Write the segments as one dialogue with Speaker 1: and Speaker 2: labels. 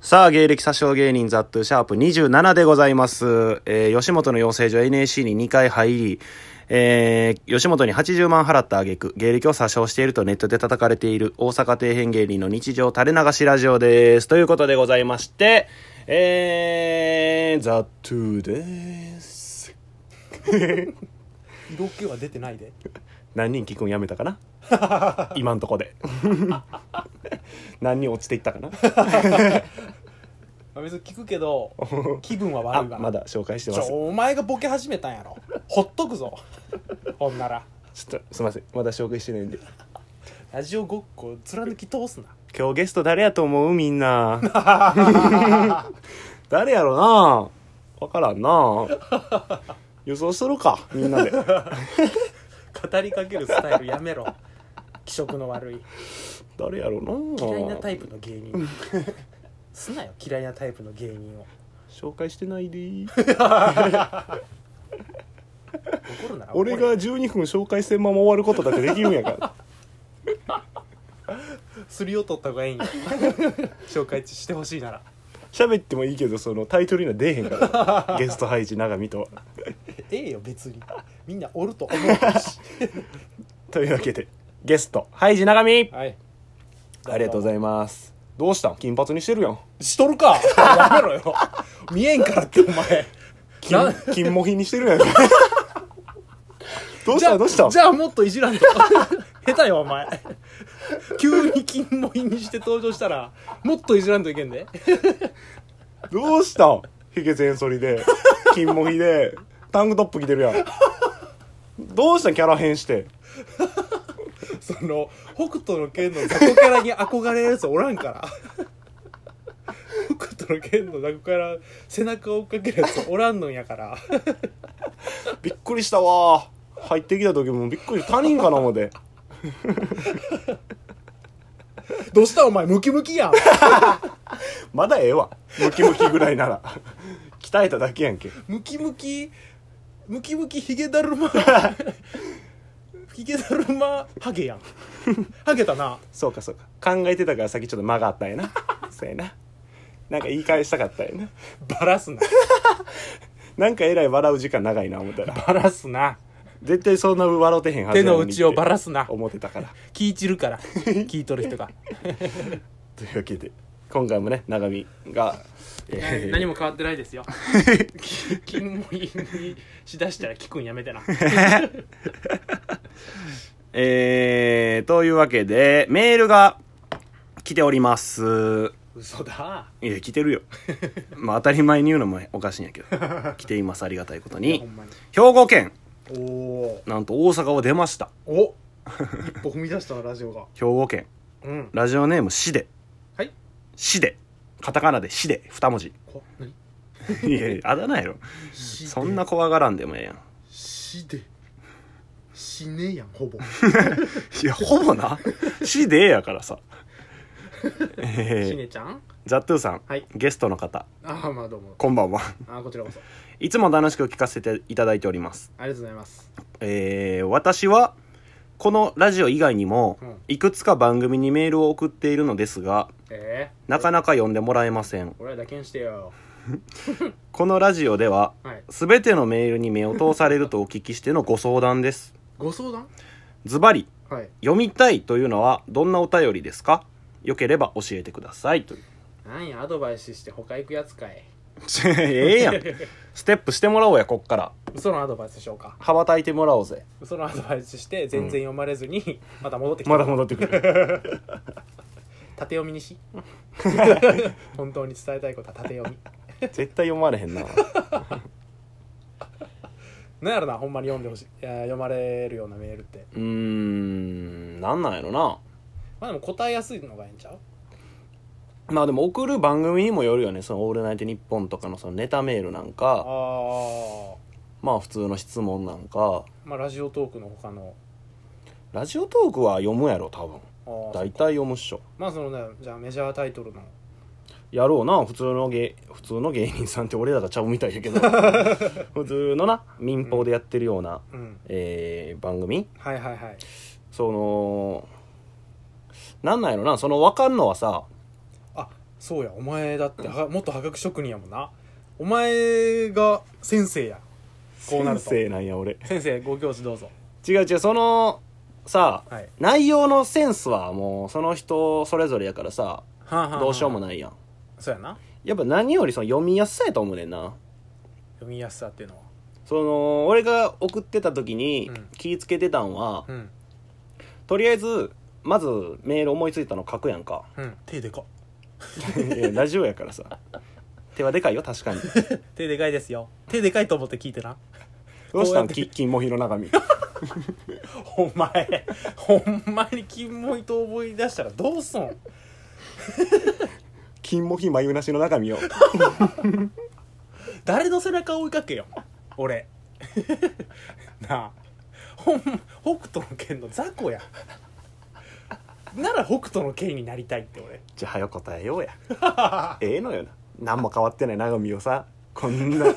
Speaker 1: さあ、芸歴詐称芸人ザットゥシャープ27でございます。えー吉本の養成所 NAC に2回入り、えー吉本に80万払った挙句、芸歴を詐称しているとネットで叩かれている大阪底辺芸人の日常垂れ流しラジオです。ということでございまして、えー、ザットゥです。
Speaker 2: 色気は出てない で
Speaker 1: 何人聞くんやめたかな今んとこで。 何人落ちていったかな
Speaker 2: 別に聞くけど 気分は悪いわ
Speaker 1: あまだ紹介して
Speaker 2: ち
Speaker 1: ま
Speaker 2: ょ
Speaker 1: す。
Speaker 2: お前がボケ始めたんやろほっとくぞほんなら
Speaker 1: ちょっとすいませんまだ紹介してないんで
Speaker 2: ラジオごっこ貫き通すな
Speaker 1: 今日ゲスト誰やと思うみん な誰やろな分からんな予想するかみんなで
Speaker 2: 語りかけるスタイルやめろ気色の悪い
Speaker 1: 誰やろな
Speaker 2: 嫌いなタイプの芸人すなよ嫌いなタイプの芸人を
Speaker 1: 紹介してないで
Speaker 2: 怒るなら怒れ
Speaker 1: 俺が12分紹介せんまま終わることだってできるんやから
Speaker 2: すりを取った方が いいんや紹介してほしいなら
Speaker 1: 喋ってもいいけどそのタイトルには出えへんからゲスト配置長見とは
Speaker 2: ええよ別にみんなおると思うし
Speaker 1: というわけでゲストハイジ長見
Speaker 2: はい
Speaker 1: ありがとうございますどうしたん金髪にしてるやん
Speaker 2: しとるかやめろよ見えんからってお前
Speaker 1: 金金モヒにして るやんどうしたどうした
Speaker 2: じゃあもっといじらんと下手よお前急に金もいにして登場したらもっといじらんといけんで
Speaker 1: どうしたんヒゲ全剃りで、金もひで、タンクトップ着てるやん。どうしたんキャラ変して。
Speaker 2: その北斗の剣の雑魚キャラに憧れるやつおらんから北斗の剣の雑魚キャラ背中を追っかけるやつおらんのんやから
Speaker 1: びっくりしたわ。入ってきた時もびっくりした。他人かな思て。
Speaker 2: どうしたお前ムキムキやん
Speaker 1: まだええわ。ムキムキぐらいなら。鍛えただけやんけ。
Speaker 2: ムキムキムキムキヒゲだるま ヒゲだるまハゲやん ハゲたな
Speaker 1: そうかそうか。考えてたから先ちょっと間があったんやな。そうやな。なんか言い返したかったんやな。
Speaker 2: バラすな
Speaker 1: なんかえらい笑う時間長いな思ったら。
Speaker 2: バラすな
Speaker 1: 絶対そんな笑うてへんはず
Speaker 2: 手
Speaker 1: や
Speaker 2: の
Speaker 1: にって
Speaker 2: 内をバラすな
Speaker 1: 思ってたから。
Speaker 2: 聞い散るから聞いとる人が
Speaker 1: というわけで、今回もね、長見が、 えー
Speaker 2: 何も変わってない ですよ金もいにしだしたら聞くんやめてな
Speaker 1: えー、というわけで、メールが来ております。
Speaker 2: 嘘だ
Speaker 1: いや、来て るよ。まあ、当たり前に言うのもおかしいんやけど。来ています、ありがたいこと
Speaker 2: いやほ
Speaker 1: に。
Speaker 2: んまに
Speaker 1: 兵庫県、
Speaker 2: おお
Speaker 1: なんと大阪を出ました。
Speaker 2: お一歩踏み出したなラジオが
Speaker 1: 兵庫県。
Speaker 2: うん
Speaker 1: ラジオネーム、しで。
Speaker 2: はい
Speaker 1: しで。カタカナでしで、二文 字。
Speaker 2: こ何
Speaker 1: いやいや、あだ名やろ。そんな怖がらんでもええやん。
Speaker 2: 死で死ねえやんほぼ
Speaker 1: いや、 ほぼ な。しでやからさ。
Speaker 2: 死
Speaker 1: えー、
Speaker 2: ねちゃん
Speaker 1: ザットゥーさん、
Speaker 2: はい
Speaker 1: ゲストの方、
Speaker 2: ああまあどうも
Speaker 1: こんばんは。
Speaker 2: あーこちらこそ
Speaker 1: いつも楽しく聞かせていただいております。
Speaker 2: ありがとうございます
Speaker 1: えー私はこのラジオ以外にも
Speaker 2: うん
Speaker 1: いくつか番組にメールを送っているのですが
Speaker 2: ええ
Speaker 1: なかなか読んでもらえません
Speaker 2: 俺らだけにしてよ
Speaker 1: このラジオでは
Speaker 2: はい
Speaker 1: 全てのメールに目を通されるとお聞きしてのご相談です
Speaker 2: ご相談
Speaker 1: ズバリ
Speaker 2: はい
Speaker 1: 読みたいというのはどんなお便りですかよければ教えてくださいという
Speaker 2: なんやアドバイスして他行くやつかい
Speaker 1: ええやん ステップしてもらおうやこっから
Speaker 2: 嘘のアドバイスしようか
Speaker 1: 羽ばたいてもらおうぜ
Speaker 2: 嘘のアドバイスして全然読まれずに、また戻ってきた
Speaker 1: まだ戻ってくる
Speaker 2: 縦読みにし本当に伝えたいことは縦読み
Speaker 1: 絶対読まれへんな
Speaker 2: なんやろなほんまに読んでほしいいや読まれるようなメールって
Speaker 1: うーんなんなんやろな
Speaker 2: まあでも答えやすいのがええんちゃう
Speaker 1: まあでも送る番組にもよるよね「そのオールナイトニッポン」とかのそのネタメールなん
Speaker 2: あ
Speaker 1: か
Speaker 2: あ
Speaker 1: まあ普通の質問なんか
Speaker 2: まあラジオトークの他の
Speaker 1: ラジオトークは読むやろ多分
Speaker 2: ああ
Speaker 1: 大体読むっしょ
Speaker 2: まあそのねじゃあメジャータイトルの
Speaker 1: やろうな普通の芸普通の芸人さんって俺らがちゃうみたいやけど 普通のな民放でやってるような、
Speaker 2: うん
Speaker 1: えー番組
Speaker 2: はいはいはい
Speaker 1: そのなんなんやろなその分かんのはさ
Speaker 2: あそうやお前だってはもっと破格職人やもんなお前が先生やこうなる
Speaker 1: 先
Speaker 2: と
Speaker 1: 生なんや俺
Speaker 2: 先生ご教師どうぞ
Speaker 1: 違う違うそのさ
Speaker 2: はい
Speaker 1: 内容のセンスはもうその人それぞれやからさ
Speaker 2: はあはあ
Speaker 1: どうしようも
Speaker 2: い
Speaker 1: ないやん
Speaker 2: そうやな
Speaker 1: やっぱ何よりその読みやすさやと思うねんな
Speaker 2: 読みやすさっていうのは
Speaker 1: その俺が送ってた時に
Speaker 2: うん
Speaker 1: 気ぃつけてたんは、
Speaker 2: うん
Speaker 1: とりあえずまずメール思いついたの書くやん か
Speaker 2: うん手でかっ
Speaker 1: いやラジオやからさ手はでかいよ確 かに
Speaker 2: 手でかいですよ手でかいと思って聞いてな
Speaker 1: どうした
Speaker 2: こうや
Speaker 1: ん
Speaker 2: って
Speaker 1: キッキンモヒの中身
Speaker 2: お 前ほんまに金もいと思い出したらどうすん
Speaker 1: 金モヒ眉なしの中身よ
Speaker 2: 誰の背中を追いかけよ俺 なあほん北斗の剣の雑魚やなら北斗の剣になりたいって俺
Speaker 1: じゃあ早く答えよう やええのよな何も変わってない中身をさこん な
Speaker 2: やっ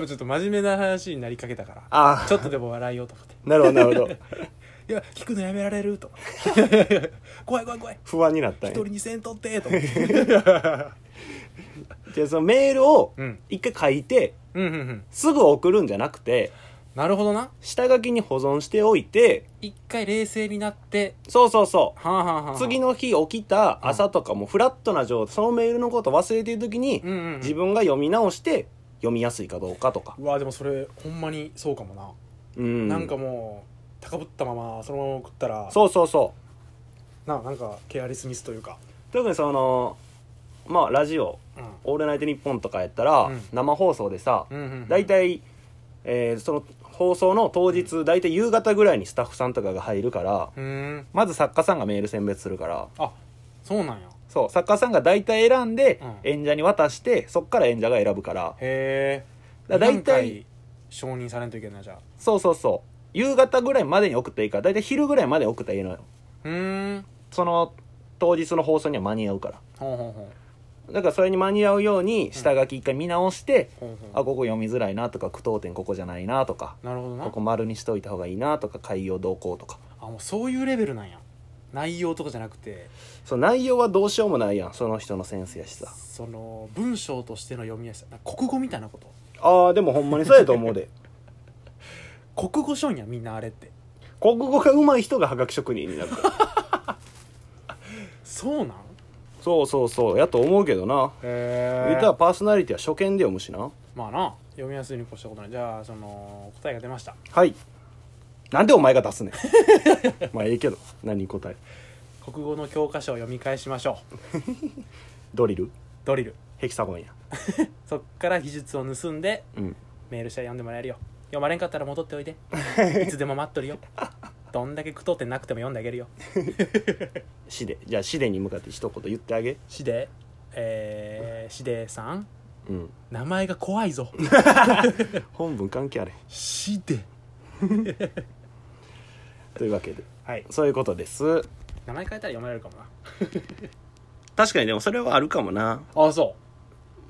Speaker 2: ぱちょっと真面目な話になりかけたから
Speaker 1: あ
Speaker 2: ちょっとでも笑いようと思って
Speaker 1: なるほどなるほど
Speaker 2: いや聞くのやめられ ると思って怖い怖い怖い
Speaker 1: 不安になったん
Speaker 2: 一
Speaker 1: や
Speaker 2: 人にせんとってと思って
Speaker 1: じゃあそのメールを
Speaker 2: うん
Speaker 1: 一回書いて
Speaker 2: うんうんうん
Speaker 1: すぐ送るんじゃなくて
Speaker 2: なるほどな
Speaker 1: 下書きに保存しておいて
Speaker 2: 一回冷静になって
Speaker 1: そうそうそ
Speaker 2: はあはあはあは
Speaker 1: う
Speaker 2: あ
Speaker 1: 次の日起きた朝とかもフラットな状態そのメールのこと忘れてる時に
Speaker 2: うんうんうん
Speaker 1: 自分が読み直して読みやすいかどうかとか
Speaker 2: うわでもそれほんまにそうかもな、
Speaker 1: うん
Speaker 2: なんかもう高ぶったままそのまま送ったら
Speaker 1: そうそうそう
Speaker 2: ななんかケアレスミスというか、
Speaker 1: 特にそのまあラジオ
Speaker 2: うん
Speaker 1: 「オールナイトニッポン」とかやったら、
Speaker 2: うん
Speaker 1: 生放送でさ、
Speaker 2: うんうんうん
Speaker 1: 大体、えーその放送の当日大体夕方ぐらいにスタッフさんとかが入るから
Speaker 2: うーん
Speaker 1: まず作家さんがメール選別するから
Speaker 2: あそうなんや
Speaker 1: そう作家さんが大体選んで、
Speaker 2: うん
Speaker 1: 演者に渡してそっから演者が選ぶから
Speaker 2: へえ
Speaker 1: だ大体
Speaker 2: 承認されんといけんないじゃあ
Speaker 1: そうそうそう夕方ぐらいまでに送っていいから大体昼ぐらいまで送ったらいいのよ
Speaker 2: うーん
Speaker 1: その当日の放送には間に合うから
Speaker 2: ほうほうほ
Speaker 1: だからそれに間に合うように下書き一回見直して、
Speaker 2: うほうほ
Speaker 1: あここ読みづらいなとか句読点ここじゃないなとか
Speaker 2: うなるほどな
Speaker 1: ここ丸にしといた方がいいなとか改行動向とか
Speaker 2: あもうそういうレベルなんや内容とかじゃなくて
Speaker 1: その内容はどうしようもないやんその人のセンスやしさ
Speaker 2: その文章としての読みやすさなんか国語みたいなこと
Speaker 1: ああでもほんまにそうやと思う で
Speaker 2: 国語書んやみんなあれって
Speaker 1: 国語が上手い人が破格職人になるから
Speaker 2: そうなん
Speaker 1: そうそうそうやと思うけどな
Speaker 2: へ
Speaker 1: 言ったらパーソナリティは初見で読むしな
Speaker 2: まあな読みやすいに越したことないじゃあその答えが出ました
Speaker 1: はいなんでお前が出すねん まあええけど何答え
Speaker 2: 国語の教科書を読み返しましょう
Speaker 1: ドリル
Speaker 2: ドリル
Speaker 1: ヘキサゴンや
Speaker 2: そっから技術を盗んで
Speaker 1: うん
Speaker 2: メールしたら読んでもらえるよ読まれんかったら戻ってお いでいつでも待っとるよどんだけ句読点なくても読んであげるよ
Speaker 1: シデじゃあシデに向かって一言言ってあげ
Speaker 2: しでえー、しでさん
Speaker 1: うん
Speaker 2: 名前が怖いぞ
Speaker 1: 本文関係あれへん
Speaker 2: しで
Speaker 1: というわけで
Speaker 2: はい
Speaker 1: そういうことです
Speaker 2: 名前変えたら読まれるかもな
Speaker 1: 確かにでもそれはあるかもな
Speaker 2: ああそ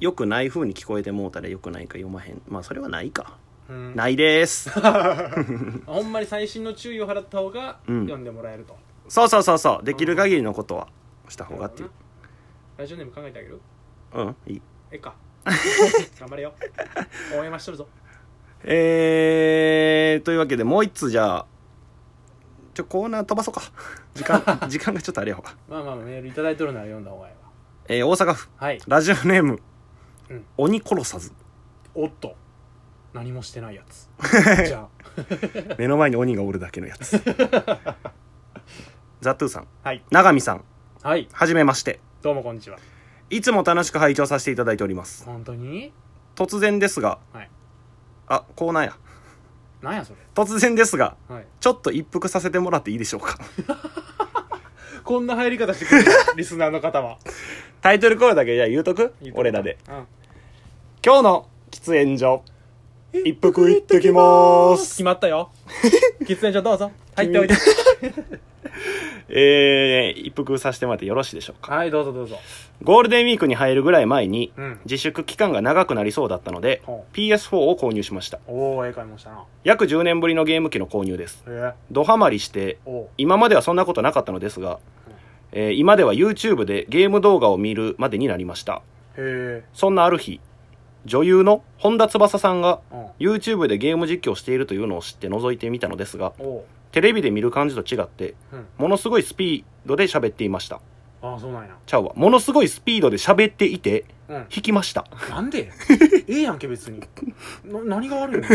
Speaker 1: よくない風に聞こえてもうたらよくないか読まへんまあそれはないか
Speaker 2: う、うん、
Speaker 1: ないです
Speaker 2: ほんまに細心の注意を払った方が
Speaker 1: うん
Speaker 2: 読んでもらえると、
Speaker 1: そうそうそうそうできる限りのことはした方がっていう
Speaker 2: ラジオネーム考えてあげる
Speaker 1: うんいい
Speaker 2: え えか頑張れよ応援はしとるぞ
Speaker 1: えー、というわけでもう一つじゃあちょコーナー飛ばそうか 時間 時間がちょっとあれやわ、
Speaker 2: まあまあメールいただいとるなら読んだ方がいいわ
Speaker 1: えー大阪府
Speaker 2: はい
Speaker 1: ラジオネーム、
Speaker 2: うん
Speaker 1: 鬼殺さず
Speaker 2: おっと何もしてないや つじゃ
Speaker 1: 目の前に鬼がおるだけのやつ ザトゥーさん
Speaker 2: あはい
Speaker 1: 永見さん
Speaker 2: はい
Speaker 1: はじめまして
Speaker 2: どうもこんにちはい
Speaker 1: つも楽しく拝聴させていただいております
Speaker 2: 本当に
Speaker 1: 突然ですが、
Speaker 2: はい
Speaker 1: あコーナーや
Speaker 2: なんやそ
Speaker 1: 突然ですが
Speaker 2: れはい
Speaker 1: ちょっと一服させてもらっていいでしょうか
Speaker 2: こんな入り方してく るリスナーの方は
Speaker 1: タイトルコールだけじゃあ言うとく俺らで
Speaker 2: うん
Speaker 1: 今日の喫煙所一服行ってきま
Speaker 2: 決
Speaker 1: す
Speaker 2: まったよ 喫煙所どうぞ入っておいて
Speaker 1: えー、一服させてもらってよろしいでしょうか
Speaker 2: はいどうぞどうぞ
Speaker 1: ゴールデンウィークに入るぐらい前に、
Speaker 2: うん
Speaker 1: 自粛期間が長くなりそうだったので
Speaker 2: ほ
Speaker 1: PS4 を購入しました
Speaker 2: おおええ買い物したな
Speaker 1: 約10年ぶりのゲーム機の購入です
Speaker 2: へえ
Speaker 1: ドハマりして
Speaker 2: おう
Speaker 1: 今まではそんなことなかったのですが、えー今では YouTube でゲーム動画を見るまでになりました
Speaker 3: へ
Speaker 1: そんなある日女優の本田翼さんが
Speaker 3: えうん
Speaker 1: YouTube でゲーム実況をしているというのを知って覗いてみたのですが
Speaker 3: おう
Speaker 1: テレビで見る感じと違って
Speaker 3: うん
Speaker 1: ものすごいスピードで喋っていました
Speaker 3: ああそうなんや
Speaker 1: ちゃうわものすごいスピードで喋っていて
Speaker 3: うん
Speaker 1: 引きま した
Speaker 3: なんで ええやんけ別にな何が悪いの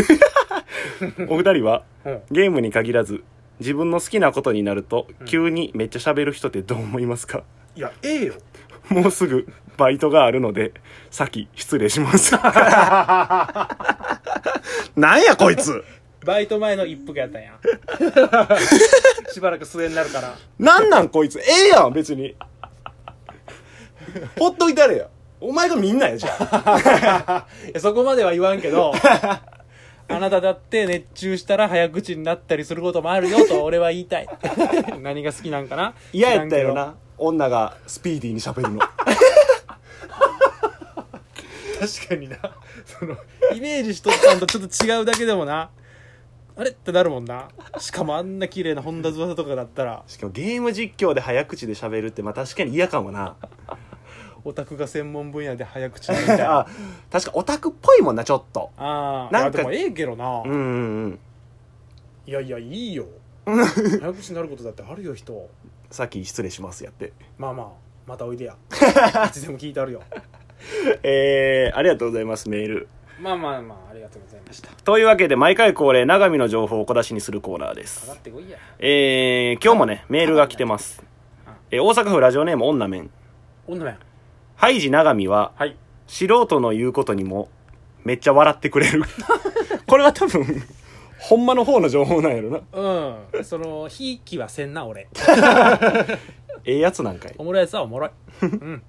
Speaker 1: お二人は
Speaker 3: うん
Speaker 1: ゲームに限らず自分の好きなことになると
Speaker 3: うん
Speaker 1: 急にめっちゃ喋る人ってどう思いますか
Speaker 3: いやええよ
Speaker 1: もうすぐバイトがあるので先失礼します なんやこいつ
Speaker 3: バイト前の一服やったんや しばらく末になるから
Speaker 1: なんなんこいつええやん別にほっといたれやお前がみんなやじゃあ
Speaker 3: いやそこまでは言わんけど あなただって熱中したら早口になったりすることもあるよと俺は言いたい 何が好きなんかな
Speaker 1: 嫌やったよな女がスピーディーに喋るの
Speaker 3: 知らんけど確かになそのイメージしとったんとちょっと違うだけでもなあれってなるもんなしかもあんな綺麗な本田翼とかだったら
Speaker 1: しかもゲーム実況で早口で喋るってまあ確かに嫌かも な
Speaker 3: オタクが専門分野で早口になりた いあ
Speaker 1: あ確かオタクっぽいもんなちょっと
Speaker 3: あ
Speaker 1: なんか
Speaker 3: なんかでもええけどな、
Speaker 1: うんうんうん
Speaker 3: いやいやいいよ早口になることだってあるよ人
Speaker 1: さっき失礼しますやって
Speaker 3: まあまあまたおいでやいつでも聞いてあるよ
Speaker 1: えー、ありがとうございますメール
Speaker 3: まあまあまあありがとうございました
Speaker 1: というわけで毎回恒例長見の情報を小出しにするコーナーで
Speaker 3: 上がっ
Speaker 1: す
Speaker 3: てこいや
Speaker 1: えー、今日もねメールが来てます、えー大阪府ラジオネーム女面
Speaker 3: 女面
Speaker 1: ハイジ長見は
Speaker 3: はい
Speaker 1: 素人の言うことにもめっちゃ笑ってくれ るこれは多分ほんまの方の情報なんやろな
Speaker 3: うんそのひいきはせんな俺
Speaker 1: ええやつなんかい
Speaker 3: おもろいやつはおもろいうん